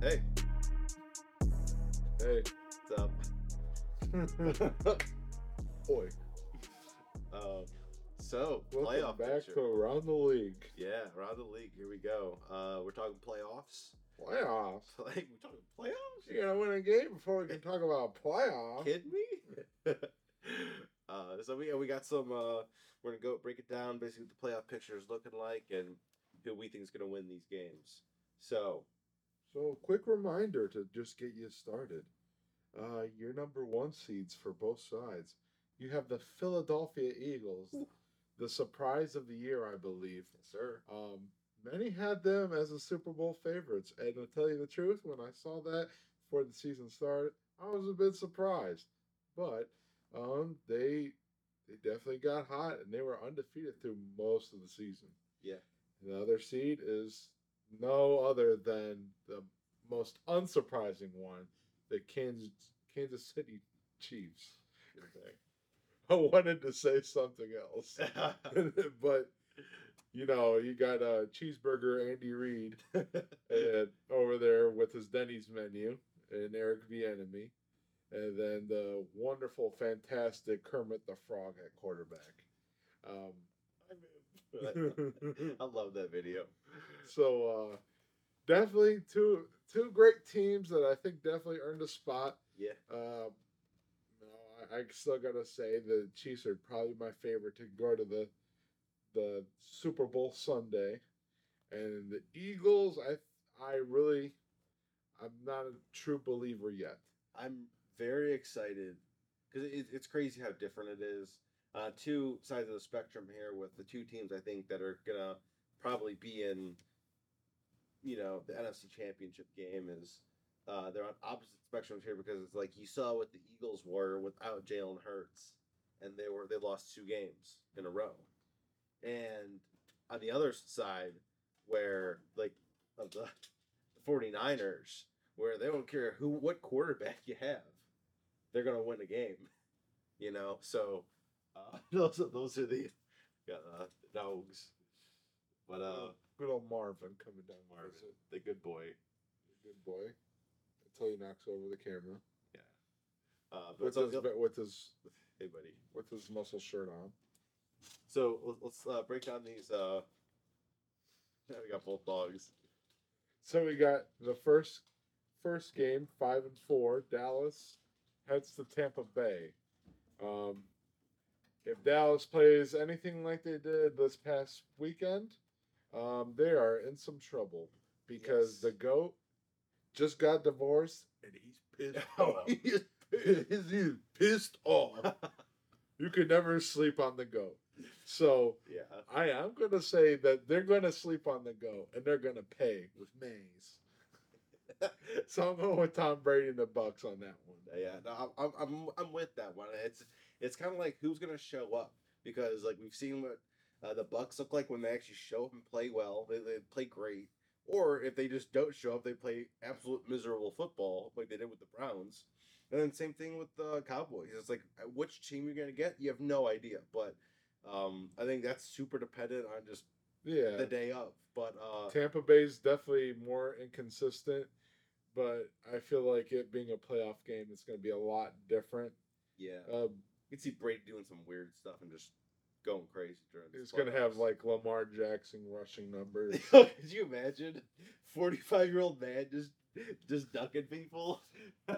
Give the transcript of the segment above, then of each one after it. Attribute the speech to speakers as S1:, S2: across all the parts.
S1: Hey,
S2: Hey.
S1: what's up? Oi. Um, so
S2: Welcome
S1: playoff
S2: back
S1: picture.
S2: to Around the League.
S1: Yeah, around the league. Here we go. Uh, we're talking playoffs.
S2: Playoffs.
S1: Like we're talking playoffs.
S2: You gotta win a game before we can talk about playoffs.
S1: Kidding me? uh, so we yeah, we got some. Uh, we're gonna go break it down. Basically, what the playoff picture is looking like and who we think is gonna win these games. So
S2: So, quick reminder to just get you started. Uh, your number one seeds for both sides. You have the Philadelphia Eagles, the surprise of the year, I believe.
S1: yes, sir.
S2: Um, many had them as the Super Bowl favorites, and to tell you the truth, when I saw that before the season started, I was a bit surprised. But um, they they definitely got hot, and they were undefeated through most of the season.
S1: Yeah.
S2: The other seed is no other than the most unsurprising one, the Kansas Kansas City Chiefs. I wanted to say something else. but you know, you got uh, cheeseburger Andy Reid and over there with his Denny's menu and Eric Bieniemy, and then the wonderful, fantastic Kermit the Frog at quarterback. Um,
S1: I love that video.
S2: so uh, definitely two two great teams that I think definitely earned a spot.
S1: Yeah.
S2: Uh, no, I, I still gotta say the Chiefs are probably my favorite to go to the the Super Bowl Sunday, and the Eagles. I I really I'm not a true believer yet.
S1: I'm very excited because it, it's crazy how different it is. Uh, two sides of the spectrum here with the two teams I think that are gonna probably be in, you know, the NFC Championship game is uh, they're on opposite spectrums here because it's like you saw what the Eagles were without Jalen Hurts, and they were they lost two games in a row, and on the other side where like of the 49ers where they don't care who what quarterback you have, they're gonna win a game. You know, so uh, those are, those are the yeah, uh, dogs, but uh,
S2: Good old Marvin coming down. the
S1: Marvin,
S2: visit.
S1: the good boy.
S2: good boy. Until he knocks over the camera
S1: Yeah, uh, but
S2: with
S1: so,
S2: his, with his
S1: hey buddy.
S2: with his muscle shirt on.
S1: So let's- let's uh, break down these. Uh, now we got both dogs.
S2: So we got the first first game, five and four. Dallas heads to Tampa Bay. Um, if Dallas plays anything like they did this past weekend, um, they are in some trouble because
S1: Yes.
S2: the goat just got divorced and he's pissed off.
S1: He
S2: he's, Oh. he's pissed off. you could never sleep on the goat. So
S1: Yeah,
S2: I am gonna say that they're gonna sleep on the go and they're gonna pay with Mays. so I'm going with Tom Brady and the Bucks on that one.
S1: yeah. No, I'm, I'm I'm with that one. It's it's kind of like who's gonna show up because like we've seen what uh, the Bucks look like when they actually show up and play well. They, they play great, or if they just don't show up, they play absolute miserable football like they did with the Browns. And then same thing with the Cowboys. It's like uh, which team you're gonna get, you have no idea. But um, I think that's super dependent on just
S2: Yeah,
S1: the day of. But uh,
S2: Tampa Bay's definitely more inconsistent, but I feel like it being a playoff game, it's gonna be a lot different.
S1: yeah,
S2: Uh,
S1: you can see Brady doing some weird stuff and just going crazy during. these
S2: it's gonna have
S1: playoffs.
S2: like Lamar Jackson rushing numbers.
S1: Could you imagine? Forty five year old man just just ducking people,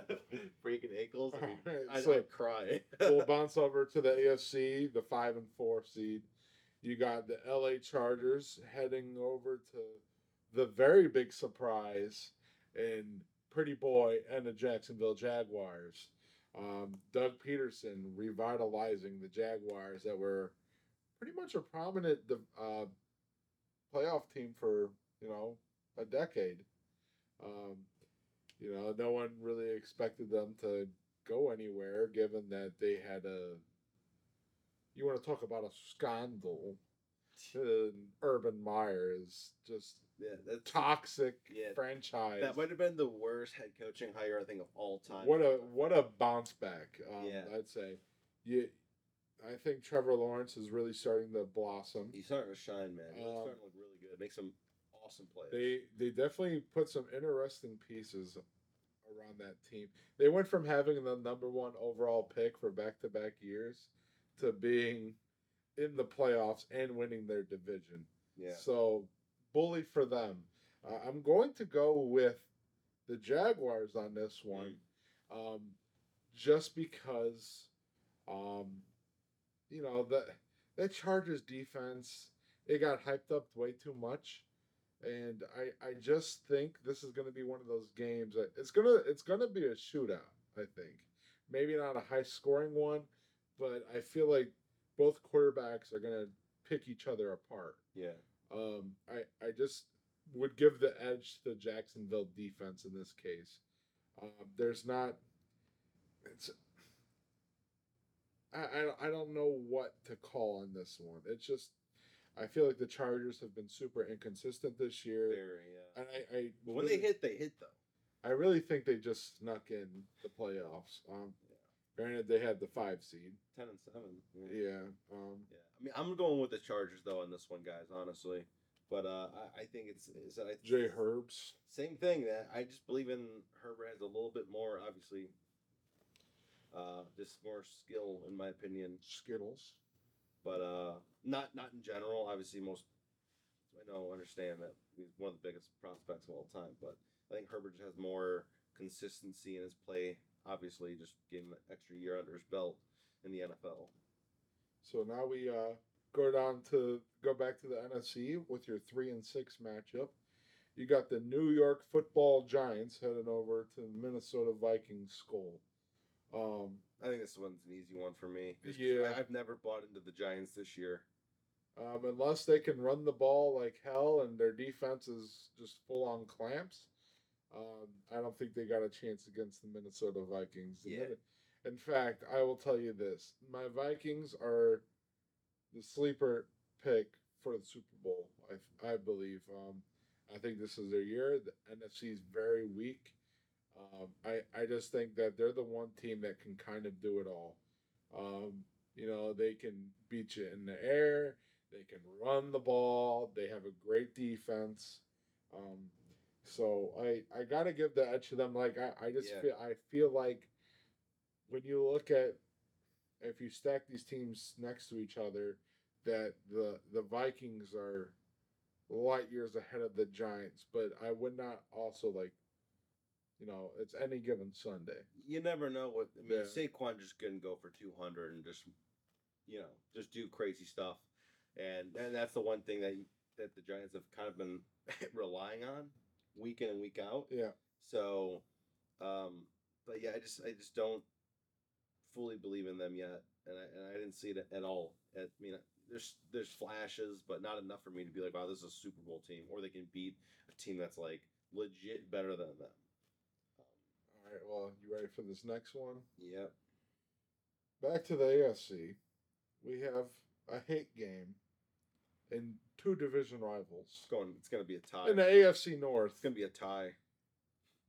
S1: breaking ankles. I mean,
S2: Alright,
S1: I'd,
S2: so-
S1: I'd cry.
S2: we'll bounce over to the AFC, the five and four seed. You got the LA Chargers heading over to the very big surprise in Pretty Boy and the Jacksonville Jaguars. Um, Doug Peterson revitalizing the Jaguars that were pretty much a prominent uh, playoff team for you know a decade. Um, you know, no one really expected them to go anywhere, given that they had a. You want to talk about a scandal? And Urban Meyer is just
S1: yeah, that's,
S2: toxic
S1: Yeah.
S2: franchise.
S1: that might have been the worst head coaching hire I think of all time.
S2: what a what a bounce back. Um,
S1: Yeah.
S2: I'd say. You, I think Trevor Lawrence is really starting to blossom.
S1: he's starting to shine, man. He's
S2: Um,
S1: starting to look really good. Make some awesome players.
S2: They they definitely put some interesting pieces around that team. They went from having the number one overall pick for back to back years to being in the playoffs and winning their division.
S1: yeah.
S2: So bully for them. Uh, I'm going to go with the Jaguars on this one, um, just because, um, you know that that Chargers defense it got hyped up way too much, and I I just think this is going to be one of those games that it's gonna it's gonna be a shootout. I think maybe not a high scoring one, but I feel like both quarterbacks are gonna pick each other apart.
S1: Yeah.
S2: Um, I I just would give the edge to the Jacksonville defense in this case. Um, there's not. It's. I, I don't- I don't know what to call on this one. It's just, I feel like the Chargers have been super inconsistent this year,
S1: Very, yeah.
S2: and I I
S1: But when they
S2: really-
S1: hit, they hit though.
S2: I really think they just snuck in the playoffs. Um, granted they had the five seed.
S1: Ten and seven. Yeah.
S2: Yeah. Um,
S1: Yeah. I mean, I'm going with the Chargers though on this one, guys. Honestly, but uh, I, I think it's is that I
S2: Jay Herbs.
S1: Same thing that I just believe in. Herbert has a little bit more, obviously, uh, just more skill in my opinion.
S2: Skittles.
S1: but uh, not not in general. Obviously, most I know understand that he's one of the biggest prospects of all time, but I think Herbert has more consistency in his play. Obviously, just getting an extra year under his belt in the NFL.
S2: So now we uh, go down to go back to the NFC with your three and six matchup. You got the New York Football Giants heading over to the Minnesota Vikings Skull. Um,
S1: I think this one's an easy one for me. Just 'cause
S2: Yeah.
S1: I, I've never bought into the Giants this year.
S2: um, unless they can run the ball like hell and their defense is just full on clamps, um, I don't think they got a chance against the Minnesota Vikings. The
S1: Yeah.
S2: Min- In fact, I will tell you this: my Vikings are the sleeper pick for the Super Bowl. I I believe. Um, I think this is their year. The NFC is very weak. Um, I I just think that they're the one team that can kind of do it all. Um, you know, they can beat you in the air. They can run the ball. They have a great defense. Um, so I I gotta give the edge to them. Like I, I just
S1: Yeah.
S2: feel I feel like when you look at if you stack these teams next to each other, that the the Vikings are light years ahead of the Giants. But I would not also like, you know, it's any given Sunday.
S1: You never know what I mean.
S2: Yeah.
S1: Saquon just couldn't go for two hundred and just, you know, just do crazy stuff, and and that's the one thing that that the Giants have kind of been relying on week in and week out.
S2: Yeah.
S1: So, um, but yeah, I just I just don't fully believe in them yet, and I and I didn't see it at all. I mean, there's there's flashes, but not enough for me to be like, wow, this is a Super Bowl team, or they can beat a team that's like legit better than them. Um,
S2: All right. Well, you ready for this next one?
S1: Yep.
S2: Back to the AFC. We have a hate game and two division rivals.
S1: It's going. It's gonna be a tie.
S2: In the AFC North,
S1: It's gonna be a tie.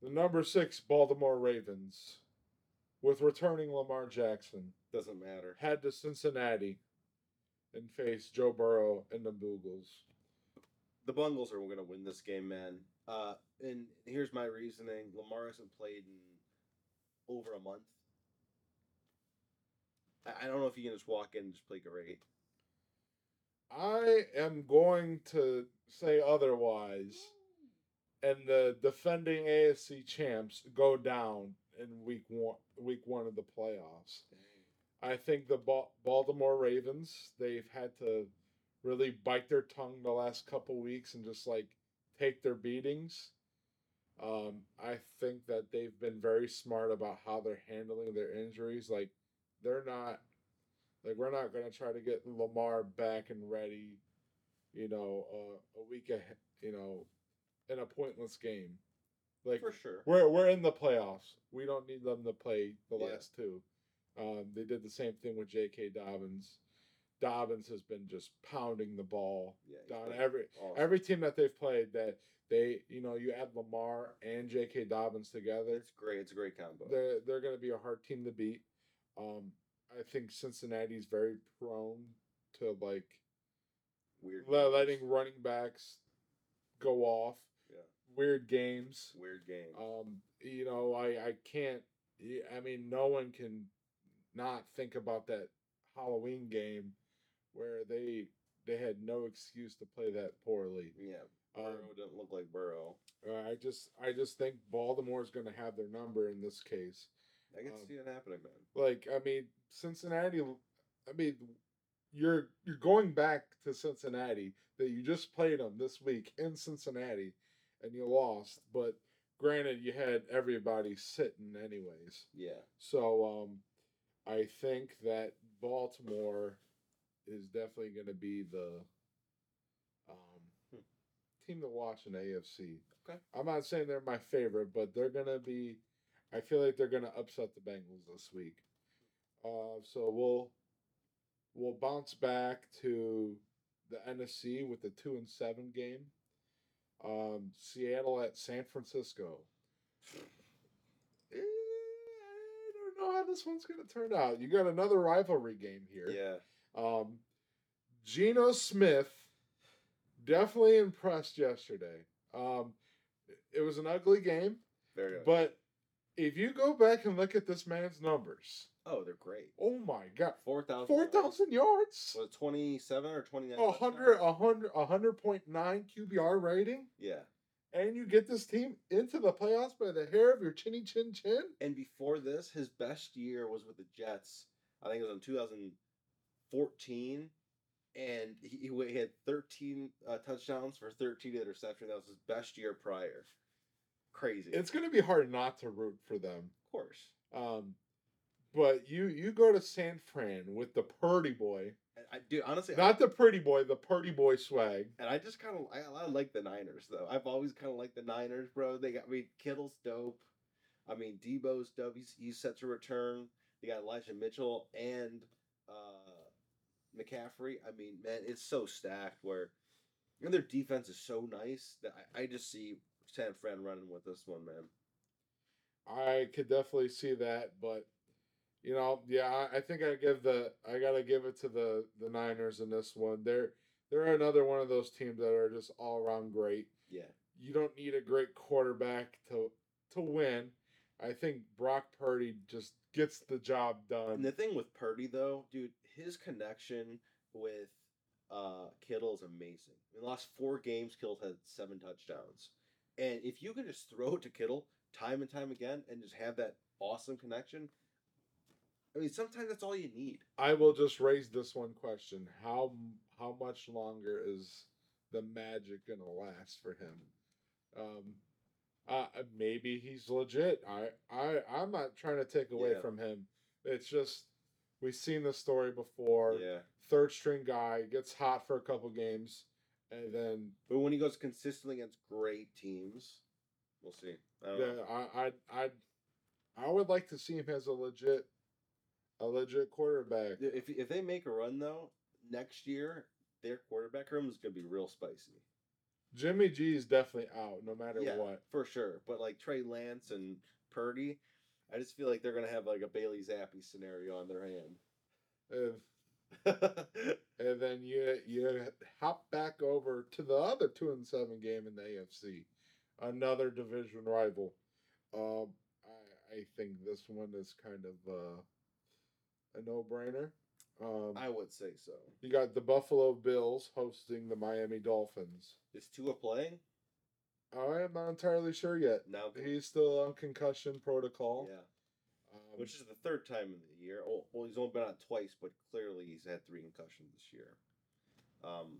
S2: the number six Baltimore Ravens, with returning Lamar Jackson,
S1: Doesn't matter.
S2: had to Cincinnati and face Joe Burrow and the Bugles.
S1: The Bungles are gonna win this game, man. Uh, and here's my reasoning: Lamar hasn't played in over a month. I, I don't know if you can just walk in and just play great.
S2: I am going to say otherwise, and the defending AFC champs go down in week one, week one of the playoffs. I think the ba- Baltimore Ravens, they've had to really bite their tongue the last couple weeks and just like take their beatings. Um, I think that they've been very smart about how they're handling their injuries. Like, they're not, like, we're not going to try to get Lamar back and ready, you know, uh, a week ahead, you know, in a pointless game. Like,
S1: For sure.
S2: we're we're in the playoffs. We don't need them to play the
S1: Yeah.
S2: last two. Um, they did the same thing with J.K. Dobbins. Dobbins has been just pounding the ball
S1: Yeah, he's
S2: down
S1: been
S2: every
S1: awesome.
S2: every team that they've played. That they you know you add Lamar and J.K. Dobbins together,
S1: It's great. It's a great combo.
S2: they're they're going to be a hard team to beat. Um, I think Cincinnati's very prone to like
S1: Weird.
S2: le-
S1: combos.
S2: letting running backs go off.
S1: Yeah.
S2: Weird games.
S1: Weird game.
S2: Um, you know, I I can't. y- I mean, no one can not think about that Halloween game where they they had no excuse to play that poorly.
S1: yeah, Burrow
S2: Um, uh,
S1: doesn't look like Burrow.
S2: I just I just think Baltimore's going to have their number in this case.
S1: I can
S2: um,
S1: see it happening, man.
S2: Like I mean, Cincinnati. I mean, you're you're going back to Cincinnati that you just played them this week in Cincinnati, and you lost. But granted, you had everybody sitting anyways.
S1: Yeah,
S2: So um, I think that Baltimore is definitely going to be the
S1: Hmm.
S2: um, team to watch in AFC.
S1: Okay.
S2: I'm not saying they're my favorite, but they're going to be. I feel like they're going to upset the Bengals this week. Uh, so we'll we'll bounce back to the NFC with the two and seven game. Um, Seattle at San Francisco. Eh, I don't know how this one's gonna turn out. You got another rivalry game here.
S1: yeah.
S2: Um, Geno Smith definitely impressed yesterday. Um, it was an ugly game,
S1: Very. good.
S2: but if you go back and look at this man's numbers,
S1: oh, they're great.
S2: oh my god,
S1: Four thousand.
S2: four thousand yards,
S1: Was it twenty-seven or twenty-nine?
S2: a Oh, hundred, uh, a hundred, a hundred point nine QBR rating,
S1: Yeah.
S2: and you get this team into the playoffs by the hair of your chinny chin chin.
S1: And before this, his best year was with the Jets. I think it was in 2014. And he, he wa- he had 13 uh, touchdowns for 13 interceptions. That was his best year prior. Crazy.
S2: It's gonna be hard not to root for them.
S1: of course.
S2: Um, but you you go to San Fran with the Purdy boy,
S1: And I do honestly.
S2: not
S1: I,
S2: the pretty boy, the Purdy boy swag.
S1: and I just kind of I, I like the Niners though. I've always kind of liked the Niners, bro. They got I mean Kittle's dope. I mean Debo's dope. He's, he's set to return. They got Elijah Mitchell and uh, McCaffrey. I mean, man, it's so stacked. Where and their defense is so nice that I, I just see San Fran running with this one, man.
S2: I could definitely see that, but you know, yeah, I, I think I give the I gotta give it to the the Niners in this one. They're they're another one of those teams that are just all around great.
S1: Yeah,
S2: You don't need a great quarterback to to win. I think Brock Purdy just gets the job
S1: And
S2: done.
S1: the thing with Purdy though, dude, his connection with uh, Kittle is amazing. In the last four games, Kittle had seven touchdowns, and if you can just throw it to Kittle time and time again and just have that awesome connection, I mean, sometimes that's all you need.
S2: I will just raise this one question: how how much longer is the magic gonna last for him? Um, uh, maybe he's legit. I I I'm not trying to take away
S1: Yeah.
S2: from him. It's just we've seen this story before.
S1: Yeah,
S2: Third string guy gets hot for a couple games, and then
S1: but when he goes consistently against great teams, we'll see. I don't
S2: yeah,
S1: know.
S2: I I I I would like to see him as a legit a legit quarterback.
S1: If if they make a run though next year, their quarterback room is gonna be real spicy.
S2: Jimmy G is definitely out, no matter
S1: Yeah.
S2: what.
S1: for sure. But like Trey Lance and Purdy, I just feel like they're gonna have like a Bailey Zappi scenario on their
S2: If
S1: hand.
S2: and then you you hop back over to the other two and seven game in the AFC, another division rival. Um, I I think this one is kind of uh, a no brainer. Um,
S1: I would say so.
S2: you got the Buffalo Bills hosting the Miami Dolphins.
S1: Is Tua playing
S2: I am not entirely sure yet.
S1: now? Yeah,
S2: He's still on concussion protocol. Um,
S1: which is the third time in the year. Oh, well, he's only been out twice, but clearly he's had three concussions this year. Um,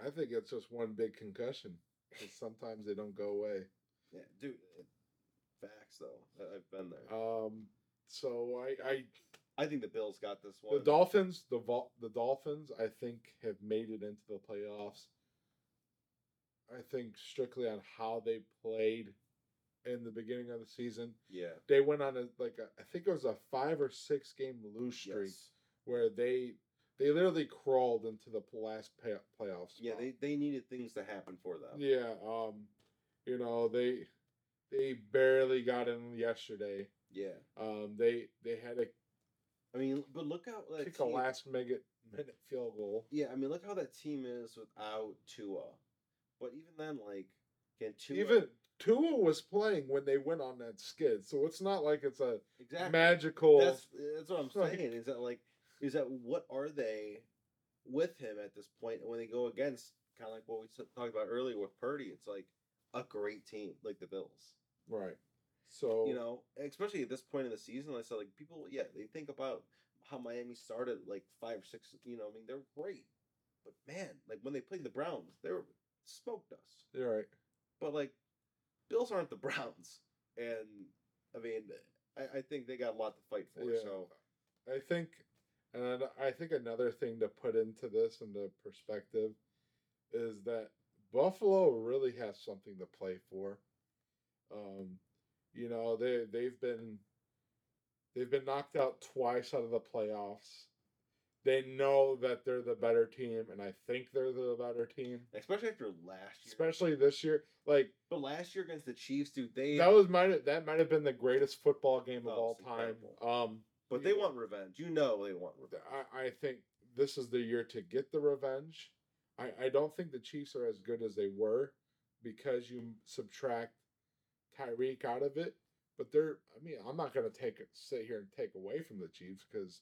S2: I think it's just one big concussion. 'cause sometimes they don't go away.
S1: yeah, dude. Facts though, I- I've been there.
S2: Um, so I, I
S1: I think the Bills got this one.
S2: The Dolphins, the Vol- the Dolphins, I think have made it into the playoffs. I think strictly on how they played in the beginning of the season.
S1: yeah,
S2: They went on a like a, I think it was a five or six game lose streak
S1: yes.
S2: where they they literally crawled into the last pay- playoffs.
S1: yeah. They uh, they needed things to happen for them.
S2: yeah um you know they they barely got in yesterday.
S1: yeah.
S2: Um they they had to
S1: I mean, but look out! that
S2: kick a
S1: team-
S2: last minute minute field goal.
S1: Yeah, I mean, look how that team is without Tua. But even then, like, And Tua,
S2: Even Tua was playing when they went on that skid, so it's not like it's a
S1: exactly.
S2: magical.
S1: That's that's what I'm
S2: Like-
S1: saying. Is that like is that what are they with him at this point? And when they go against kind of like what we s- talked about earlier with Purdy, it's like a great team like the Bills.
S2: right. So
S1: You know, especially at this point in the season, I said like people, yeah, they think about how Miami started like five or six. You know, I mean they're great, but man, like when they played the Browns, they were smoked us.
S2: you're right.
S1: But like, Bills aren't the Browns, and I mean, I, I think they got a lot to fight for.
S2: Yeah.
S1: So
S2: I think, and I think another thing to put into this into perspective is that Buffalo really has something to play for. Um, you know they they've been they've been knocked out twice out of the playoffs. They know that they're the better team, and I think they're the better team,
S1: especially after last year,
S2: especially this year. Like
S1: but last year against the Chiefs, dude, they
S2: that was might that might have been the greatest football game of
S1: Oh,
S2: all
S1: it's
S2: time.
S1: incredible.
S2: Um,
S1: but they want revenge. You know they want revenge.
S2: I, I think this is the year to get the revenge. I, I don't think the Chiefs are as good as they were because you subtract Tyreek out of it. But they're, I mean, I'm not going to take sit here and take away from the Chiefs because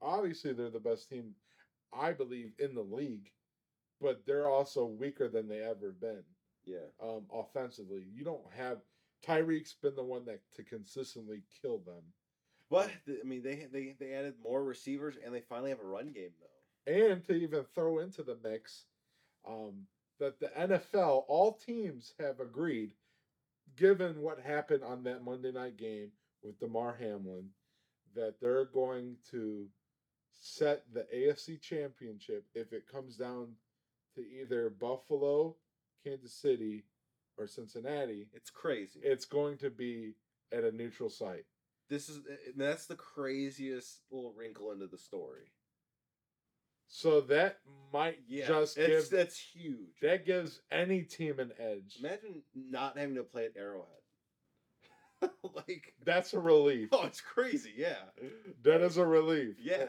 S2: obviously they're the best team, I believe, in the league. But they're also weaker than they ever been
S1: Yeah,
S2: um, offensively. You don't have Tyreek's been the one that to consistently kill them.
S1: but th- I mean they they they added more receivers and they finally have a run game though.
S2: and to even throw into the mix um, that the NFL, all teams have agreed, given what happened on that Monday night game with DeMar Hamlin, that they're going to set the AFC championship if it comes down to either Buffalo, Kansas City, or Cincinnati.
S1: It's crazy.
S2: It's going to be at a neutral site.
S1: this is and that's the craziest little wrinkle into the story.
S2: So that might
S1: Yeah,
S2: just
S1: it's,
S2: give
S1: that's huge.
S2: that gives any team an edge.
S1: Imagine not having to play at Arrowhead. like,
S2: That's a relief.
S1: oh, it's crazy. Yeah,
S2: That is a relief.
S1: yeah.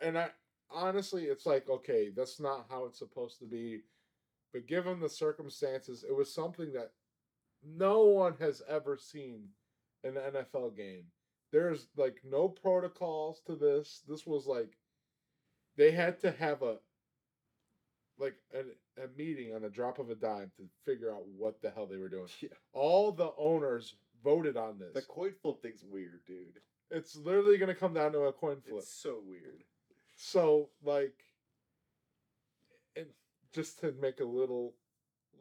S2: And I honestly, it's like, okay, that's not how it's supposed to be. But given the circumstances, it was something that no one has ever seen in an NFL game. There's like no protocols to this. This was like they had to have a like a, a meeting on a drop of a dime to figure out what the hell they were doing.
S1: Yeah.
S2: All the owners voted on
S1: The
S2: this.
S1: coin flip thing's weird, dude.
S2: It's literally going to come down to a coin flip.
S1: It's so weird.
S2: So like, and just to make a little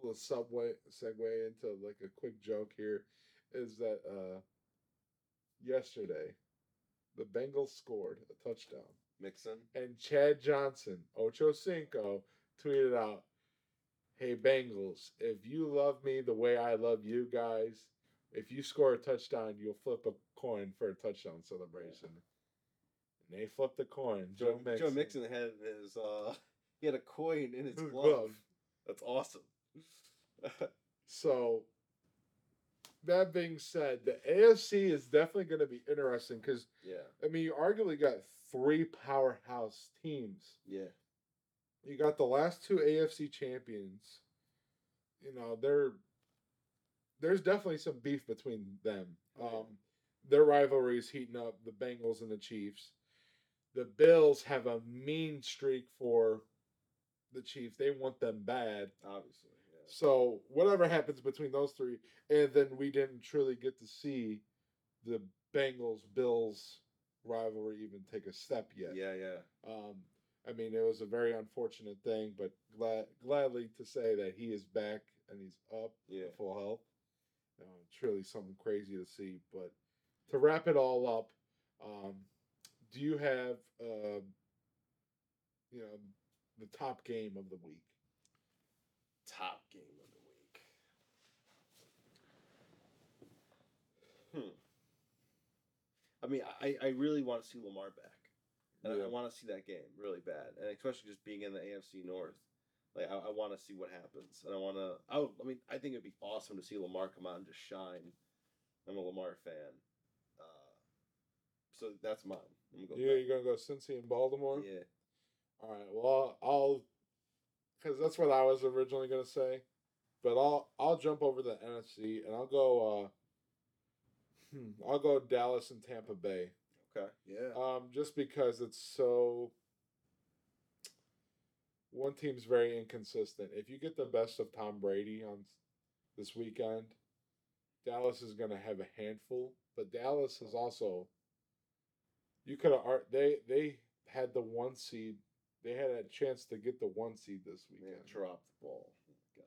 S2: little subway segue into like a quick joke here, is that uh yesterday the Bengals scored a touchdown
S1: Mixon.
S2: and Chad Johnson Ocho Cinco tweeted out, "Hey Bengals, if you love me the way I love you guys." If you score a touchdown, you'll flip a coin for a touchdown celebration. And they flipped the coin.
S1: Joe, Joe Mixon had his uh he had a coin in his
S2: His
S1: glove.
S2: glove.
S1: That's awesome.
S2: So that being said, the AFC is definitely going to be interesting because
S1: yeah,
S2: I mean you arguably got three powerhouse teams.
S1: yeah.
S2: You got the last two AFC champions. You know they're there's definitely some beef between them. Um, their rivalry is heating up. The Bengals and the Chiefs. The Bills have a mean streak for the Chiefs. They want them bad.
S1: Obviously. Yeah.
S2: So whatever happens between those three, and then we didn't truly get to see the Bengals Bills rivalry even take a step yet.
S1: Yeah, yeah.
S2: Um, I mean, it was a very unfortunate thing, but glad gladly to say that he is back and he's up
S1: Yeah.
S2: to full health. Uh, truly something crazy to see. But to wrap it all up, um, do you have uh, you know the top game of the week?
S1: Top game of the week. Hmm. I mean, I, I really want to see Lamar back. And I- I,
S2: Yeah.
S1: want to see that game really bad. And especially just being in the AFC North. Like I, I want to see what happens. And I want to I, would- I mean, I think it'd be awesome to see Lamar come out and just shine. I'm a Lamar fan. Uh, so that's mine. I'm gonna go
S2: You,
S1: with
S2: you're gonna go Cincy and Baltimore.
S1: that. yeah.
S2: All right. Well, I'll because that's what I was originally gonna say. But I'll I'll jump over to the NFC and I'll go. Uh, hmm, I'll go Dallas and Tampa Bay.
S1: Okay. Uh, Yeah.
S2: Um, just because it's so. One team's very inconsistent. If you get the best of Tom Brady on s- this weekend, Dallas is going to have a handful. But Dallas is also. You could have they they had the one seed. They had a chance to get the one seed this
S1: Man,
S2: weekend.
S1: drop the ball. God.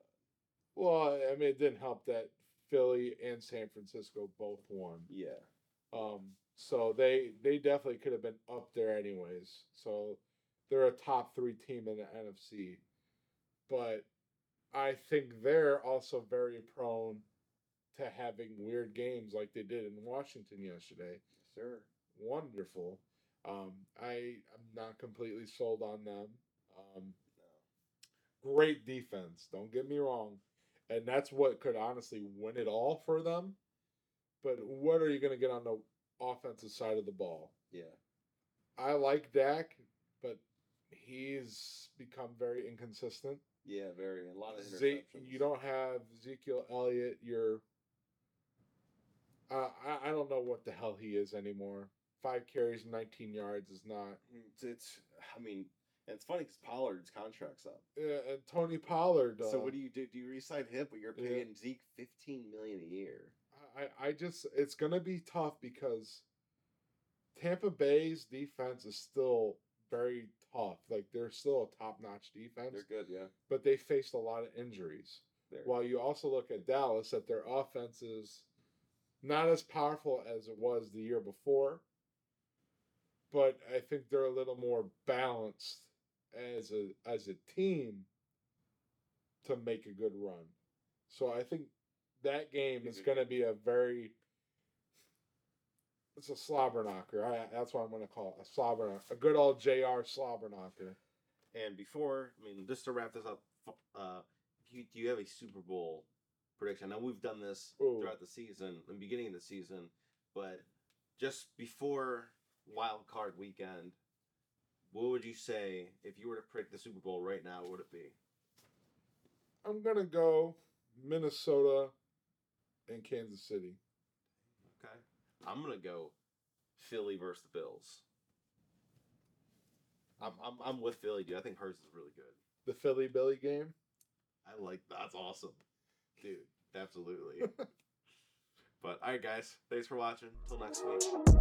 S2: Well, I mean, it didn't help that Philly and San Francisco both won.
S1: Yeah.
S2: Um, so they they definitely could have been up there anyways. So they're a top three team in the NFC, but I think they're also very prone to having weird games like they did in Washington yesterday.
S1: Yes, sir.
S2: Wonderful. Um, I I'm not completely sold on them. Um, great defense. Don't get me wrong, and that's what could honestly win it all for them. But what are you going to get on the offensive side of the ball?
S1: No. Yeah.
S2: I like Dak, but he's become very inconsistent.
S1: Yeah. Very. A lot of interceptions.
S2: Ze- you don't have Ezekiel Elliott. You're. Uh, I I don't know what the hell he is anymore. Five carries, nineteen yards is not.
S1: Hmm, It's, it's I mean, and it's funny because Pollard's contract's up.
S2: Uh, and Tony Pollard. Uh,
S1: So what do you do? Do you resign him, but you're
S2: Yeah.
S1: paying Zeke fifteen million a year?
S2: I, I just it's gonna be tough because Tampa Bay's defense is still very tough. Like they're still a top notch defense,
S1: They're good, yeah.
S2: but they faced a lot of injuries.
S1: They're,
S2: While you also look at Dallas, that their offense is not as powerful as it was the year before, but I think they're a little more balanced as a as a team to make a good run. So I think that game is going to be a very it's a slobber knocker. I, that's what I'm going to call it, a slobber knocker, a good old Jr. slobber knocker.
S1: and before, I mean, just to wrap this up, f- uh, do you, do you have a Super Bowl prediction? Now we've done this
S2: Ooh.
S1: throughout the season, the beginning of the season, but just before Wild Card Weekend, what would you say if you were to predict the Super Bowl right now? What would it be?
S2: I'm going to go Minnesota and Kansas City.
S1: Okay, I'm gonna go Philly versus the Bills. I'm I'm, I'm with Philly, dude. I think hers is really good.
S2: the Philly Billy game.
S1: I like that's awesome, dude. Absolutely. but all right, guys, thanks for watching. Until next week.